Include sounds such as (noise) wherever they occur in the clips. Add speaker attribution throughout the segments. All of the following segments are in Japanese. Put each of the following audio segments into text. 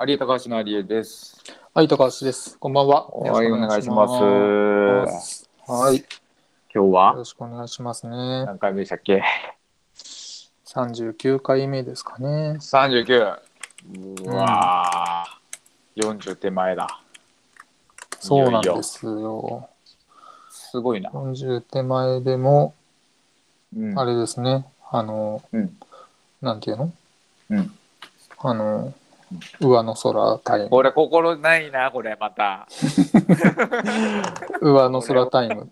Speaker 1: 有江高橋の有江です。
Speaker 2: はい、高橋です。こんばんは。
Speaker 1: はい、お願いします。
Speaker 2: よろ
Speaker 1: 今
Speaker 2: しくお願いしますはい、よ
Speaker 1: 日は
Speaker 2: ろしくお願いしますね。
Speaker 1: 何回目でしたっけ
Speaker 2: 39回目ですかね。
Speaker 1: ?39。うわぁ、40手前だ。
Speaker 2: そうなんですよ。
Speaker 1: すごいな。
Speaker 2: 40手前でも、
Speaker 1: うん
Speaker 2: あれですね、あの、
Speaker 1: うん
Speaker 2: なんていうの
Speaker 1: うん
Speaker 2: あの、上の空タイム。
Speaker 1: これ心ないな、これまた。
Speaker 2: 上の空タイム。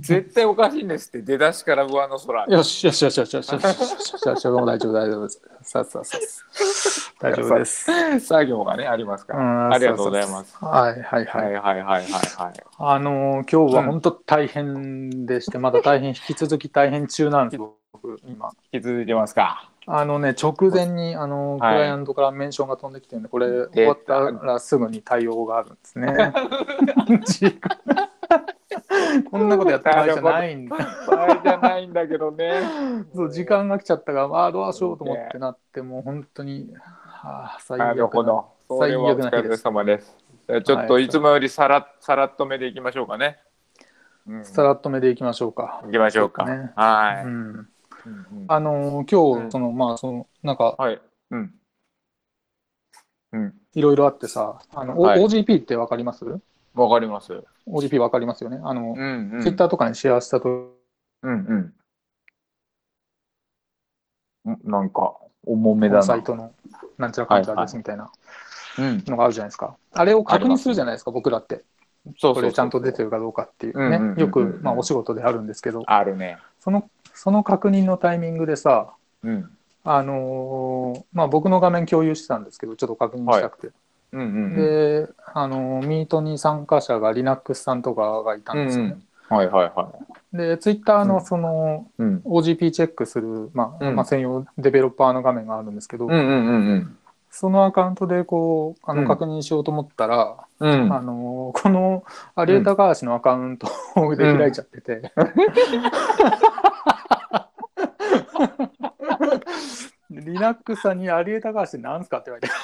Speaker 1: 絶対おかしいんですって、出だしから上の空。
Speaker 2: よしよしよしよしよしよしよしよしよしよしもう大丈夫大丈夫です。さあさあさあ。大丈夫です。
Speaker 1: 作業がね、ありますから。
Speaker 2: ん
Speaker 1: ありがとうございます。
Speaker 2: はいはいは
Speaker 1: はいい。はいはいはいはい。
Speaker 2: あのー今日は
Speaker 1: うん
Speaker 2: 本当大変でして、まだ大変引き続き大変
Speaker 1: (laughs)
Speaker 2: 中なんです僕今
Speaker 1: 引き続いてます (laughs) か。
Speaker 2: あのね直前にあのー
Speaker 1: はい
Speaker 2: クライアントからメンションが飛んできてるんでこれ終わったらすぐに対応があるんですね (laughs) こんなことやった場合じゃないんだ。
Speaker 1: あれじゃないんだけどね
Speaker 2: そう時間が来ちゃったからあーどうしようと思ってなってもう本当にあー最
Speaker 1: な
Speaker 2: 悪
Speaker 1: るほ
Speaker 2: な
Speaker 1: ど。それはお疲れ様です。じゃあちょっといつもよりさら,、さらっと目でいきましょうかね。うん、
Speaker 2: さらっと目でいきましょうか、
Speaker 1: いきましょうか。
Speaker 2: ね
Speaker 1: は
Speaker 2: う
Speaker 1: い、
Speaker 2: ん、
Speaker 1: うんうん
Speaker 2: あのー今
Speaker 1: うん
Speaker 2: 日その、まあそのなんか
Speaker 1: はい。うん。うん。
Speaker 2: いろいろあってさ、あの、お
Speaker 1: はい
Speaker 2: OGP ってわかります
Speaker 1: わかります。う
Speaker 2: ?OGP わかりますよね。あの、
Speaker 1: ん、うん。
Speaker 2: ツイッターとかにシェアしたと、
Speaker 1: うんうん。んなんか、重め
Speaker 2: こ
Speaker 1: だ
Speaker 2: のサ
Speaker 1: な
Speaker 2: イ。トのなんちゃらかんちゃらですみたいな
Speaker 1: うん。
Speaker 2: のがあるじゃないですか。あれを確認するじゃないですか、僕らっ
Speaker 1: そうそ
Speaker 2: て。
Speaker 1: うそう
Speaker 2: これちゃんと出てるかどうかってい
Speaker 1: うんうんうん
Speaker 2: う
Speaker 1: うん
Speaker 2: ね。よく、まあ、お仕事であるんですけど、
Speaker 1: あるね。
Speaker 2: その、その確認のタイミングでさ、
Speaker 1: うん。
Speaker 2: あのーまあ、僕の画面共有してたんですけど、ちょっと確認したくて。
Speaker 1: うんうんうん。
Speaker 2: で、あのーミートに参加者が Linux さんとかがいた
Speaker 1: うんん
Speaker 2: ですよね。
Speaker 1: うんはいはいはい。
Speaker 2: で、ツイッター
Speaker 1: うん
Speaker 2: のその、
Speaker 1: うん。
Speaker 2: OGP チェックする、まあ
Speaker 1: うん
Speaker 2: まあ、専用デベロッパーの画面があるんですけど、
Speaker 1: うんうんうん
Speaker 2: そのアカウントでこうあ
Speaker 1: うん
Speaker 2: の確認しようと思ったら、
Speaker 1: うん。うん
Speaker 2: あのこの有江高橋のアカウント (laughs) で開いちゃってて、リナックスさんに「有江高橋って何すか?」って言わ
Speaker 1: (laughs)
Speaker 2: れて。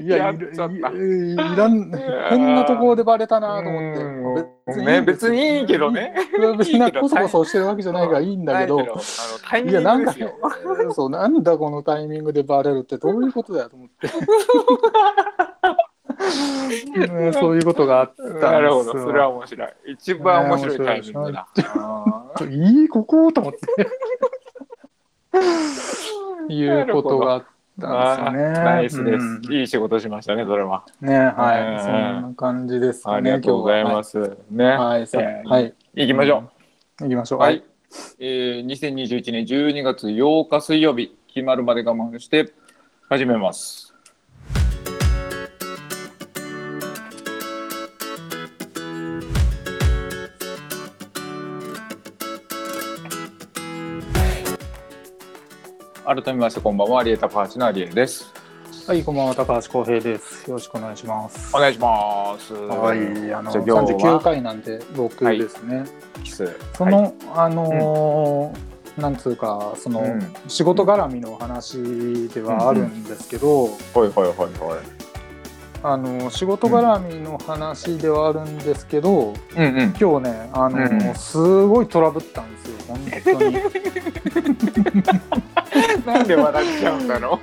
Speaker 2: いやいる
Speaker 1: やっちゃった
Speaker 2: いいらんこんなところでバレたなと思って
Speaker 1: うんね別にいいけどね
Speaker 2: 別になんかコソコソしてるわけじゃないからいいんだけど
Speaker 1: あのタイミ
Speaker 2: いや
Speaker 1: ン
Speaker 2: な
Speaker 1: グ
Speaker 2: ん
Speaker 1: で
Speaker 2: か
Speaker 1: すよ。
Speaker 2: (laughs) そうなんだこのタイミングでバレるってどういうことだよと
Speaker 1: (laughs)
Speaker 2: 思って、うんそういうことがあったんですよ
Speaker 1: なるほど、それは面白い。一番面白いタイミングだ。
Speaker 2: ちょいいここと思っ
Speaker 1: (laughs)
Speaker 2: ていうことがあった
Speaker 1: あー
Speaker 2: んですよね。
Speaker 1: ナイスで
Speaker 2: うん
Speaker 1: す。いい仕事しましたね、それは。
Speaker 2: ねはい、
Speaker 1: うん
Speaker 2: そんな感じです
Speaker 1: あ
Speaker 2: か
Speaker 1: り
Speaker 2: ね。。
Speaker 1: がとうございますす。ね。
Speaker 2: はい、そう
Speaker 1: えー
Speaker 2: はい、
Speaker 1: 行きましょ
Speaker 2: 行きましょ
Speaker 1: う。
Speaker 2: う。
Speaker 1: はい。。えー2021年12月8日水曜日、決まるまで我慢して始めます。改めましてこんばんは、有江高橋の有江です。
Speaker 2: はい、こんばんは高橋光平です。よろしくお願いします。
Speaker 1: お願いします。
Speaker 2: はい、あの
Speaker 1: じゃあ今日
Speaker 2: 39
Speaker 1: は
Speaker 2: 回なんで僕
Speaker 1: はい
Speaker 2: ですね。
Speaker 1: キス。
Speaker 2: その、あのーなんつうかその、
Speaker 1: うん
Speaker 2: 仕事絡みの話ではあるんですけど、
Speaker 1: はいはいはいはい。
Speaker 2: あの仕事絡みの話ではあるんですけ
Speaker 1: うんう
Speaker 2: ど、
Speaker 1: ん。
Speaker 2: 今日ねあのー、
Speaker 1: うん
Speaker 2: すごいトラブったんですよ本当に
Speaker 1: なんで笑っちゃうんだろ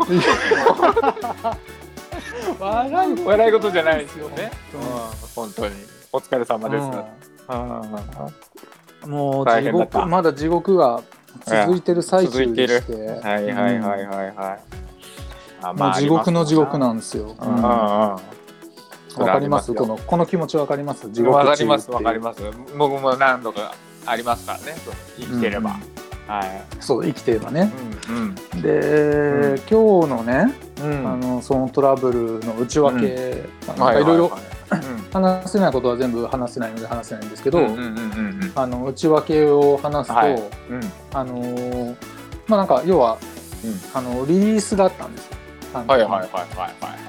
Speaker 1: う。
Speaker 2: 笑う
Speaker 1: (laughs) (laughs) 笑い事じゃないですよね。
Speaker 2: う
Speaker 1: うんん、本当に。お疲れ様です。
Speaker 2: うんもう
Speaker 1: 大
Speaker 2: 地
Speaker 1: 変だった
Speaker 2: 獄まだ地獄が続いてる最中でして
Speaker 1: はいはいはい
Speaker 2: うん
Speaker 1: はいはい。あ
Speaker 2: もう地獄の地獄
Speaker 1: ん
Speaker 2: なんですよ、
Speaker 1: うんうんうん。わ
Speaker 2: わかりますこのこの気持ちわかります地獄
Speaker 1: わかり
Speaker 2: 中ってい
Speaker 1: ま
Speaker 2: う
Speaker 1: すわかります。僕も何度かありますからね。そう生きてれば。はい。
Speaker 2: そう生きてればね
Speaker 1: うん
Speaker 2: で、
Speaker 1: ん
Speaker 2: 今日のね、
Speaker 1: うん
Speaker 2: あのそのトラブルの内訳、なん
Speaker 1: は
Speaker 2: かいろいろ
Speaker 1: ははうん
Speaker 2: 話せないことは全部話せないので話せないんですけど、
Speaker 1: うんうんうんうん
Speaker 2: あの内訳を話すと、
Speaker 1: はいうん
Speaker 2: あのーまあなんか要は、
Speaker 1: うん
Speaker 2: あのリリースがあったんですよ。あの
Speaker 1: はいはいはいはいは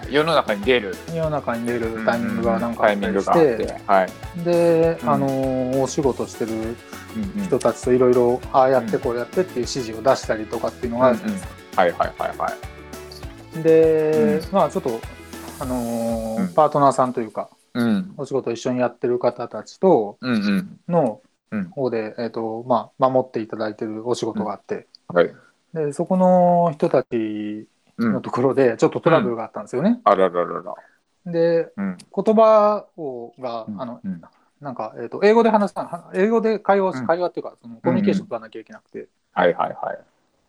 Speaker 1: い。世の中に出る
Speaker 2: 世の中に出るタイミングがなんか
Speaker 1: タ
Speaker 2: あ
Speaker 1: イ
Speaker 2: っ
Speaker 1: ミ
Speaker 2: た
Speaker 1: ング
Speaker 2: り
Speaker 1: があ
Speaker 2: し、
Speaker 1: ってて、はい。
Speaker 2: で、
Speaker 1: うん
Speaker 2: あのーお仕事してる
Speaker 1: うんうん
Speaker 2: 人たちといろいろああやってこうやってっていう指示を出したりとかっていうのがあるじゃないですか。
Speaker 1: はいはいはいはい。
Speaker 2: で、
Speaker 1: う
Speaker 2: まあちょっと、あのー
Speaker 1: うん
Speaker 2: パートナーさんというか
Speaker 1: うん。
Speaker 2: お仕事を一緒にやってる方たちと
Speaker 1: うんうん。
Speaker 2: の
Speaker 1: うん
Speaker 2: 方で、えっとまあ、守っていただいてるお仕事があって、
Speaker 1: はい。
Speaker 2: でそこの人たち
Speaker 1: う
Speaker 2: の
Speaker 1: ん。
Speaker 2: ところでちょっとトラブルがあったんですよね。
Speaker 1: あらららら。
Speaker 2: で
Speaker 1: うん。
Speaker 2: 言葉をが、あの
Speaker 1: うん
Speaker 2: なんか、えっと英語で話さな英語で会話をし、
Speaker 1: うん
Speaker 2: 会話っていうかそのコミュニケーションを取らなきゃいけなくて、
Speaker 1: はいはいは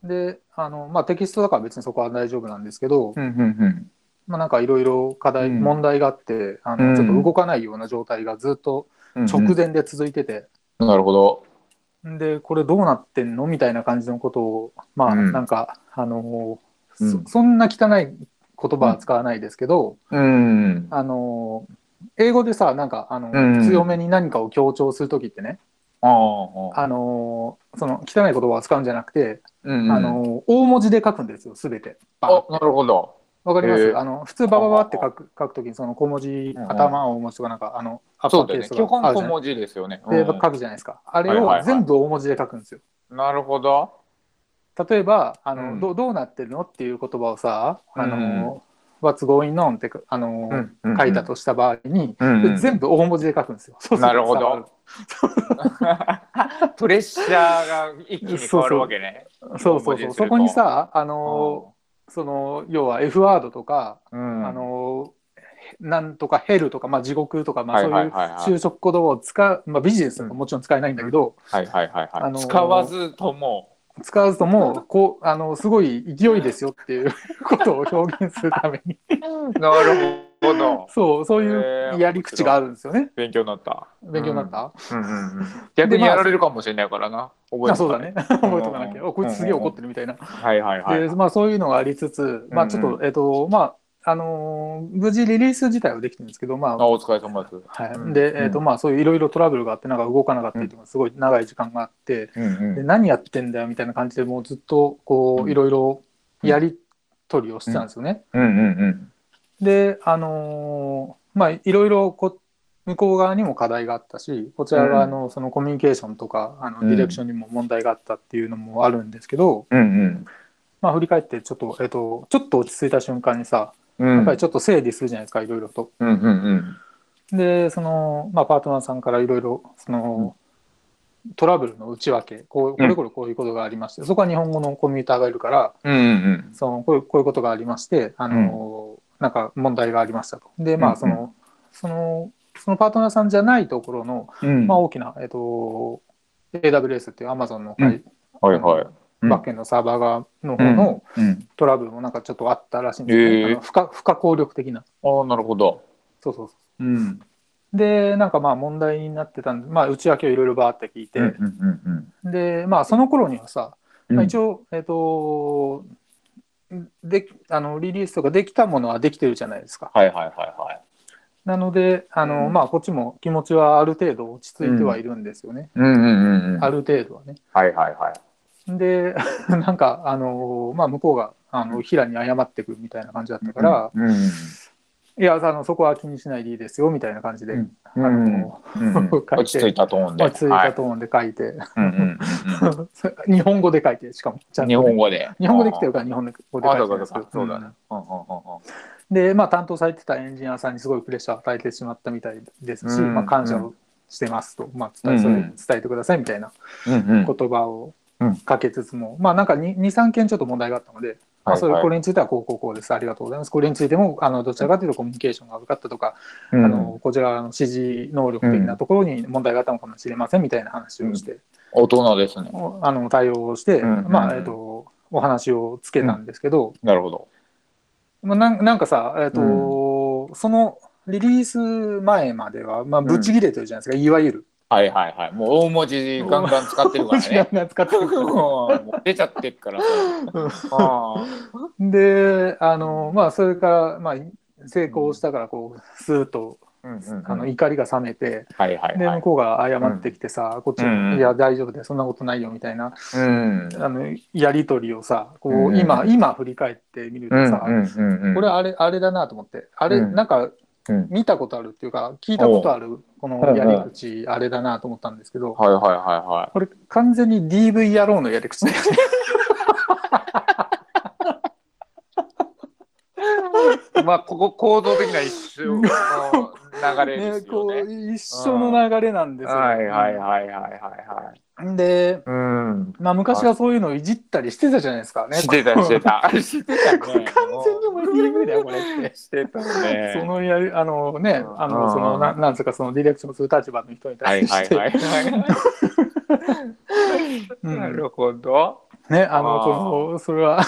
Speaker 1: い。
Speaker 2: であの、まあ、テキストだから別にそこは大丈夫なんですけど、
Speaker 1: うんうん
Speaker 2: まあ、なんかいろいろ課題、
Speaker 1: うん
Speaker 2: 問題があってあ
Speaker 1: う
Speaker 2: の
Speaker 1: ん
Speaker 2: ちょっと動かないような状態がずっと
Speaker 1: うん。
Speaker 2: 直前で続いてて、
Speaker 1: うん。なるほど。
Speaker 2: でこれどうなってんのみたいな感じのことをまあ
Speaker 1: うん
Speaker 2: なんか、あのーそ
Speaker 1: うん
Speaker 2: そんな汚い言葉は使わないですけど、
Speaker 1: うん。
Speaker 2: あのー英語でさなんかあの、
Speaker 1: うん
Speaker 2: 強めに何かを強調する時ってね、
Speaker 1: ああ。
Speaker 2: あのーその汚い言葉を使うんじゃなくて、
Speaker 1: うんうん
Speaker 2: あのー大文字で書くんですよ全て。バーン
Speaker 1: あ、なるほど。
Speaker 2: わかります、
Speaker 1: へー
Speaker 2: あの普通バババって書く書くときにその小文字、
Speaker 1: うん
Speaker 2: 頭を大文字とかなんかあのアッパ
Speaker 1: そうだ
Speaker 2: ーケ
Speaker 1: よ
Speaker 2: ー
Speaker 1: ね。
Speaker 2: ス
Speaker 1: 基
Speaker 2: とかあ
Speaker 1: 本
Speaker 2: るじ
Speaker 1: 小
Speaker 2: ゃない
Speaker 1: 文字ですよね。
Speaker 2: で
Speaker 1: うん
Speaker 2: 書くじゃないですか。あれ
Speaker 1: はいはい
Speaker 2: を
Speaker 1: はい
Speaker 2: 全部大文字で書くんですよ。
Speaker 1: なるほど。
Speaker 2: 例えばあの、
Speaker 1: うん
Speaker 2: どどうなってるのっていう言葉をさ「あ
Speaker 1: うん
Speaker 2: の What's going on」ってあの、書いた。とした場合に、
Speaker 1: うんうん
Speaker 2: 全部大文字で書くんですよ。そうす
Speaker 1: な
Speaker 2: と
Speaker 1: るほ
Speaker 2: 伝わ
Speaker 1: ど。 (laughs) プレッシャーが一気に変わるわけね。
Speaker 2: る。そうそう
Speaker 1: 大文字
Speaker 2: そ
Speaker 1: に
Speaker 2: う。
Speaker 1: すると
Speaker 2: そこにさあの、その要は F ワードとか、
Speaker 1: うん
Speaker 2: あのなんとかヘルとか、まあ、地獄とか、まあ、
Speaker 1: はい
Speaker 2: そう
Speaker 1: はいいうはいはい
Speaker 2: 就職言葉を使う、まあ、ビジネスとかもちろん使えないんだけど、
Speaker 1: はいはいはいはい。
Speaker 2: あのー
Speaker 1: 使わずとも。
Speaker 2: 使わずともこうあのすごい勢いですよっていうことを表現するため
Speaker 1: (laughs)
Speaker 2: に
Speaker 1: なるほど。
Speaker 2: そうそう
Speaker 1: へ
Speaker 2: い
Speaker 1: ー
Speaker 2: うやり口があるんですよね
Speaker 1: 勉強になった。
Speaker 2: 勉強になった、
Speaker 1: うんうんうん逆にやられるかもしれないからな。覚え
Speaker 2: あ
Speaker 1: て
Speaker 2: そう
Speaker 1: おか
Speaker 2: だ
Speaker 1: ない。
Speaker 2: ね覚えとかなきゃ、あこいつすげえ怒ってるみたいな、
Speaker 1: はいはいはい。
Speaker 2: でまあ、そういうのがありつつ、まあ、ちょっと、
Speaker 1: うんう
Speaker 2: えっとまああのー無事リリース自体はできてるんですけどまあ
Speaker 1: あお疲れ様です。う
Speaker 2: は
Speaker 1: ん
Speaker 2: い、で、えーと
Speaker 1: う
Speaker 2: まあ、そういういろいろトラブルがあってなんか動かなかったりとかすごい長い時間があって、
Speaker 1: うんうん
Speaker 2: で何やってんだよみたいな感じでもうずっとこ
Speaker 1: うん
Speaker 2: ういろいろやり取りをしてたんですよね。
Speaker 1: うんうん
Speaker 2: であのーまあいろいろこ向こう側にも課題があったしこちら側のそのコミュニケーションとかあの
Speaker 1: うん
Speaker 2: ディレクションにも問題があったっていうのもあるんですけど、
Speaker 1: うんうん
Speaker 2: まあ振り返ってちょっと,、えっとちょっと落ち着いた瞬間にさ
Speaker 1: うん。
Speaker 2: やっぱりちょっと整理するじゃないですかいろいろと。
Speaker 1: うんうんうん。
Speaker 2: でその、まあ、パートナーさんからいろいろその、トラブルの内訳こうこれこれこういうことがありまして、そこは日本語のコミューターがいるから
Speaker 1: うんうん
Speaker 2: そのこういうこういうことがありましてあの、なんか問題がありましたと。でま
Speaker 1: うんう
Speaker 2: あ
Speaker 1: ん
Speaker 2: その,、そのそのパートナーさんじゃないところの、
Speaker 1: うん。
Speaker 2: まあ、大きな、えっと AWS っていう Amazon の、
Speaker 1: うんはいはい。うん
Speaker 2: バックエンドサーバー側の方の
Speaker 1: うん。
Speaker 2: トラブルもなんかちょっとあったらしいんですね、
Speaker 1: へえ
Speaker 2: あの不可不可抗力的な。
Speaker 1: ああなるほど。
Speaker 2: そうそうそう
Speaker 1: うん。
Speaker 2: でなんかまあ問題になってたんで、まあ、内訳をいろいろバーって聞いて、
Speaker 1: うんうんうん
Speaker 2: でまあその頃にはさ、
Speaker 1: うん。
Speaker 2: まあ、一応えっ、とであのリリースとかできたものはできてるじゃないですか
Speaker 1: はいはいはいはい。
Speaker 2: なのであの、
Speaker 1: うん
Speaker 2: まあこっちも気持ちはある程度落ち着いてはいるんですよね、
Speaker 1: うんうんうんうん。
Speaker 2: あ
Speaker 1: はい
Speaker 2: る程度はね
Speaker 1: はいはい。
Speaker 2: で (laughs) なんかあのまあ向こうがあの平に謝ってくるみたいな感じだったから、
Speaker 1: うんうん
Speaker 2: いやあのそこは気にしないでいいですよみたいな感じで、
Speaker 1: うん
Speaker 2: あの
Speaker 1: うんうん。
Speaker 2: 書いて
Speaker 1: 落ち着いたトーンで。
Speaker 2: 落ち着い
Speaker 1: は
Speaker 2: た
Speaker 1: い
Speaker 2: トーンで書いて、 (laughs)
Speaker 1: うんうんうんう
Speaker 2: 日本語で書いてしかもちゃ
Speaker 1: ん
Speaker 2: んと
Speaker 1: 日本語で。
Speaker 2: 日本語できてるから日本語で
Speaker 1: ああ
Speaker 2: 書
Speaker 1: そ
Speaker 2: いうて
Speaker 1: かそう
Speaker 2: るんですけ
Speaker 1: か
Speaker 2: ど
Speaker 1: そうだね。うんうんうんうん
Speaker 2: で、まあ、担当されてたエンジニアさんにすごいプレッシャーを与えてしまったみたいですし、
Speaker 1: うん
Speaker 2: まあ、感謝をしてますと、まあ、伝えそれ
Speaker 1: うんうん
Speaker 2: 伝えてくださいみたいな
Speaker 1: うんうん
Speaker 2: 言葉を
Speaker 1: うん
Speaker 2: かけつつも、まあなんか23件ちょっと問題があったので、まあ、それこれについてはこうこうこうですありがとうございますこれについてもあのどちらかというとコミュニケーションが悪かったとか、あのこちらの指示能力的なところに問題があったのかもしれませんみたいな話をして、
Speaker 1: 大人ですね。
Speaker 2: おあの対応をして、
Speaker 1: うん
Speaker 2: まあえっとお話をつけたんですけど、
Speaker 1: なるほど。
Speaker 2: まあ、なんなんかさ、えっとそのリリース前までは、まあ、ぶち切れてるじゃないですか、いわゆる。
Speaker 1: はいはいはい。もう大文字ガンガン使ってる
Speaker 2: (laughs)
Speaker 1: から (laughs) ね。
Speaker 2: 違う使ってるから
Speaker 1: もう出ちゃってるからさ。あ
Speaker 2: であのまあそれから、まあ、成功したからこうスーッと、あの
Speaker 1: の
Speaker 2: 怒りが冷めて、
Speaker 1: はいはい
Speaker 2: で
Speaker 1: は
Speaker 2: 向
Speaker 1: い。
Speaker 2: こうが謝ってきてさ、こっち
Speaker 1: うん
Speaker 2: も「いや大丈夫だよそんなことないよ」みたいな、
Speaker 1: うん。
Speaker 2: あのやり取りをさこう、
Speaker 1: うん
Speaker 2: 今今振り返ってみると
Speaker 1: うん
Speaker 2: さ、
Speaker 1: うんうんうん
Speaker 2: これあれあれだなと思ってあれ、
Speaker 1: うん
Speaker 2: なんか
Speaker 1: うん
Speaker 2: 見たことあるっていうか、聞いたことある、このやり口、あれだなと思ったんですけど、
Speaker 1: はいはいはいは
Speaker 2: これ完全に DV 野郎のやり口だよね。
Speaker 1: い。まあ、ここ構造的な一緒の流れですよね。
Speaker 2: ねこう一緒の流れなんですよ。
Speaker 1: はいはいはいはいはいはい。
Speaker 2: で、
Speaker 1: うん。
Speaker 2: まあ、昔はそういうのをいじったりしてたじゃないですかね。
Speaker 1: してたしてた。してたね。
Speaker 2: これ完全にもう DV だよ、これって。
Speaker 1: してたね。
Speaker 2: そのやりあのね、あ
Speaker 1: うん
Speaker 2: のそのななんつうかそのディレクションする立場の人に
Speaker 1: は
Speaker 2: 対
Speaker 1: い
Speaker 2: し
Speaker 1: はいは
Speaker 2: て、
Speaker 1: いは
Speaker 2: う
Speaker 1: い。(laughs)
Speaker 2: ん
Speaker 1: なるほど。
Speaker 2: ねあの
Speaker 1: あー
Speaker 2: このそれは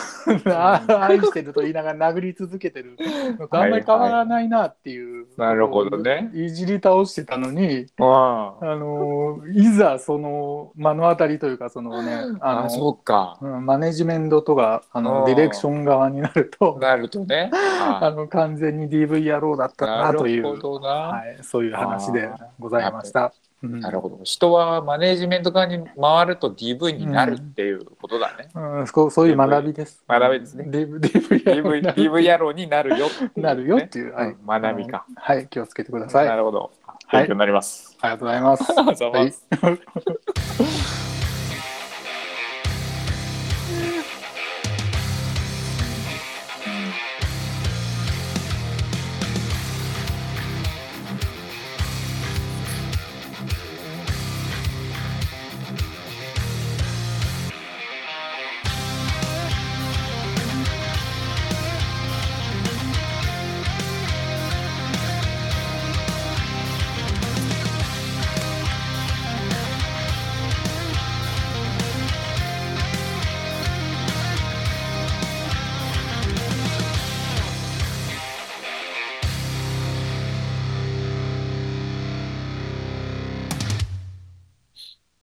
Speaker 2: 愛してると言いながら殴り続けてるのとあんまり変わらないなっていう、
Speaker 1: はいはいなるほどね
Speaker 2: いじり倒してたのに
Speaker 1: うん。
Speaker 2: あのいざその目の当たりというかそのねあの
Speaker 1: あ、そうか。
Speaker 2: うんマネジメントとかあ
Speaker 1: あ
Speaker 2: の
Speaker 1: ー
Speaker 2: ディレクション側になると
Speaker 1: なると
Speaker 2: (laughs)
Speaker 1: ね。
Speaker 2: あ
Speaker 1: あ
Speaker 2: の完全に DV 野郎だった
Speaker 1: な
Speaker 2: なとい
Speaker 1: るほ
Speaker 2: う、
Speaker 1: ど
Speaker 2: は
Speaker 1: な。
Speaker 2: い、そういう話でございました。うん
Speaker 1: なるほど。人はマネージメント側に回ると DV になるっていうことだね。
Speaker 2: うん、そうそういう学びです。
Speaker 1: 学びですね
Speaker 2: DV (laughs)
Speaker 1: DV,
Speaker 2: DV 野郎
Speaker 1: DV 野郎になるよっていうね、
Speaker 2: になるよっていう、は
Speaker 1: うん学びか。
Speaker 2: あのはい、気をつけてください。あ
Speaker 1: な
Speaker 2: り
Speaker 1: るほど。勉強になります。
Speaker 2: がとうございます。
Speaker 1: ありがとうございます。